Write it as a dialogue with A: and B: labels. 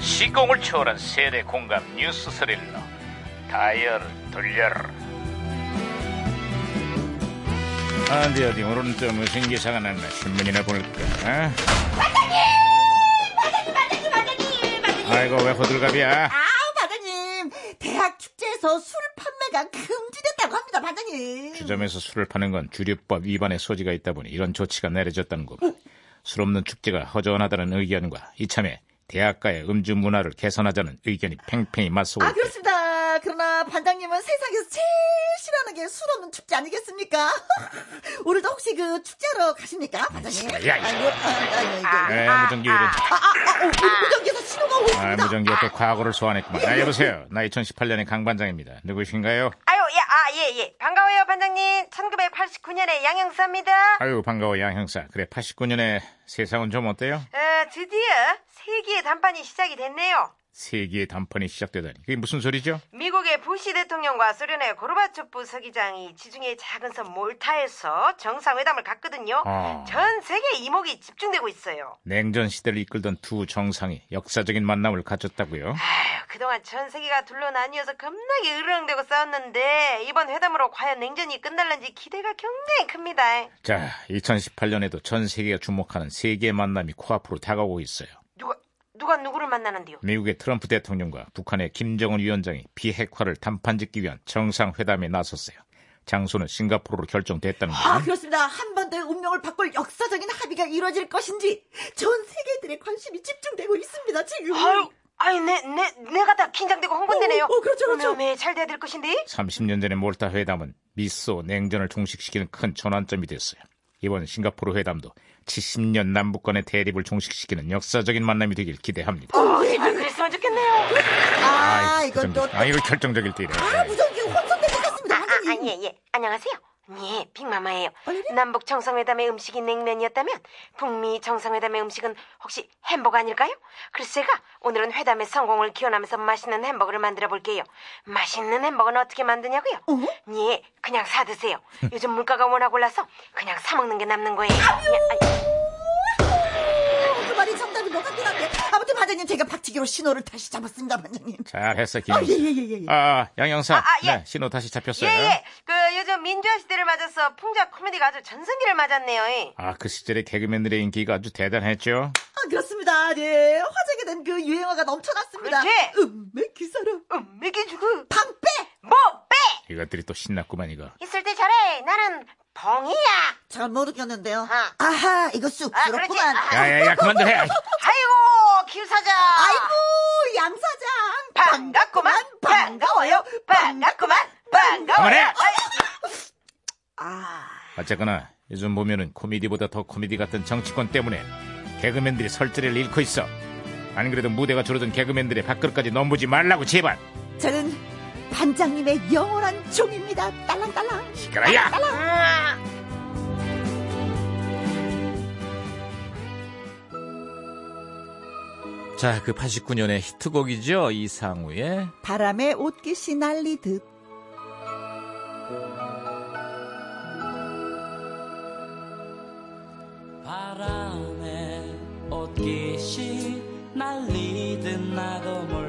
A: 시공을 초월한 세대 공감 뉴스 스릴러 다이얼 돌려라 어디 어디 오늘은 또 무슨 기사가 났나 신문이나 볼까 반장님! 반장님! 반장님! 아이고 왜 호들갑이야
B: 아우 반장님 대학 축제에서 술 판매가 금지됐다고 합니다 반장님
A: 주점에서 술을 파는 건 주류법 위반의 소지가 있다 보니 이런 조치가 내려졌다는 겁술 없는 축제가 허전하다는 의견과 이참에 대학가의 음주 문화를 개선하자는 의견이 팽팽히 맞서고
B: 아
A: 있다
B: 그렇습니다 그러나 반장님은 세상에서 제일 싫어하는 게 술 없는 축제 아니겠습니까 오늘도 혹시 그 축제하러 가십니까 반장님
A: 야, 야.
B: 아이고, 아, 아이고, 아이고.
A: 네, 무전기 이런
B: 아, 아, 아, 어, 우리 무전기에서 신호가 오고
A: 아,
B: 있습니다
A: 무전기가 또 과거를 소환했구만. 아, 여보세요. 나 2018년의 강반장입니다. 누구신가요?
C: 아유, 예, 아, 예, 예. 반가워요, 반장님. 1989년에 양형사입니다.
A: 아유, 반가워, 양 형사. 그래, 89년에 세상은 좀 어때요?
C: 어, 드디어 세기의 단판이 시작이 됐네요.
A: 세기의 단판이 시작되다니. 그게 무슨 소리죠?
C: 미국의 부시 대통령과 소련의 고르바초프 서기장이 지중해 작은 섬 몰타에서 정상회담을 갔거든요.
A: 아.
C: 전 세계 이목이 집중되고 있어요.
A: 냉전 시대를 이끌던 두 정상이 역사적인 만남을 가졌다고요?
C: 아휴, 그동안 전 세계가 둘로 나뉘어서 겁나게 으르렁대고 싸웠는데 이번 회담으로 과연 냉전이 끝날는지 기대가 굉장히 큽니다.
A: 자, 2018년에도 전 세계가 주목하는 세계의 만남이 코앞으로 다가오고 있어요.
C: 누가 누가 누구를 만나는데요?
A: 미국의 트럼프 대통령과 북한의 김정은 위원장이 비핵화를 단판짓기 위한 정상회담에 나섰어요. 장소는 싱가포르로 결정됐다는 거예요.
B: 아 그렇습니다 한 번 더 운명을 바꿀 역사적인 합의가 이루어질 것인지 전 세계들의 관심이 집중되고 있습니다 지금
C: 아유, 아유, 내, 내, 내가 다 긴장되고 흥분되네요.
B: 어, 어, 그렇죠, 그렇죠.
C: 오메오메 잘 돼야 될 것인데.
A: 30년 전의 몰타 회담은 미소 냉전을 종식시키는 큰 전환점이 됐어요. 이번 싱가포르 회담도 70년 남북 간의 대립을 종식시키는 역사적인 만남이 되길 기대합니다.
C: 어,
B: 예,
C: 제발 그랬으면 좋겠네요.
B: 아
A: 아이,
B: 이건
A: 결정적-
B: 또
A: 아, 이거 결정적일 때 이래.
B: 아, 무전기 혼선된 것 같습니다.
C: 아, 아, 아, 예, 예. 안녕하세요. 예, 빅마마예요.
B: 어머니?
C: 남북 정상회담의 음식이 냉면이었다면 북미 정상회담의 음식은 혹시 햄버거 아닐까요? 그래서 제가 오늘은 회담의 성공을 기원하면서 맛있는 햄버거를 만들어 볼게요. 맛있는 햄버거는 어떻게 만드냐고요? 예, 그냥 사 드세요. 요즘 물가가 워낙 올라서 그냥 사 먹는 게 남는 거예요. 예, 아이,
B: 그 말이 정답인 것 같긴 한데 아무튼 반장님 제가 박치기로 신호를 다시 잡았습니다 반장님
A: 잘했어, 김.
B: 아 예 예 예예 예,
A: 아, 양영사.
C: 아, 예.
A: 네, 신호 다시
C: 예,
A: 잡혔어요.
C: 예. 그 요즘 민주화 시대를 맞아서 풍자 코미디가 아주 전성기를 맞았네요. 예.
A: 아, 그 시절의 개그맨들의 인기가 아주 대단했죠.
B: 아 그렇습니다 네 화제가 된 그 유행어가 넘쳐났습니다
C: 그렇지.
B: 음메 그 사람
C: 음, 이게 지금
B: 방패
C: 뭐 빼!
A: 이것들이 또 신났구만, 이거.
C: 있을 때 잘해. 나는 벙이야.
B: 잘 모르겠는데요
C: 아.
B: 아하 이거 쑥스럽구만
C: 아, 그렇지.
A: 야, 야, 야, 그만들 해.
C: 아이고 김 사장.
B: 아이고 양 사장
C: 반갑구만. 반가워요. 반갑구만.
A: 그만해.
C: 반가워요. 아이,
B: 아
A: 어쨌거나, 요즘 보면은 코미디보다 더 코미디 같은 정치권 때문에 개그맨들이 설자리를 잃고 있어. 안 그래도 무대가 줄어든 개그맨들의 밥그릇까지 넘보지 말라고, 제발.
B: 저는 반장님의 영원한 종입니다 딸랑딸랑
A: 시끄러야!
C: 음,
D: 자, 그 89년의 히트곡이죠. 이상우의
B: 바람에 옷깃이 날리듯
E: 바람에 옷깃이 날리듯 나도 몰라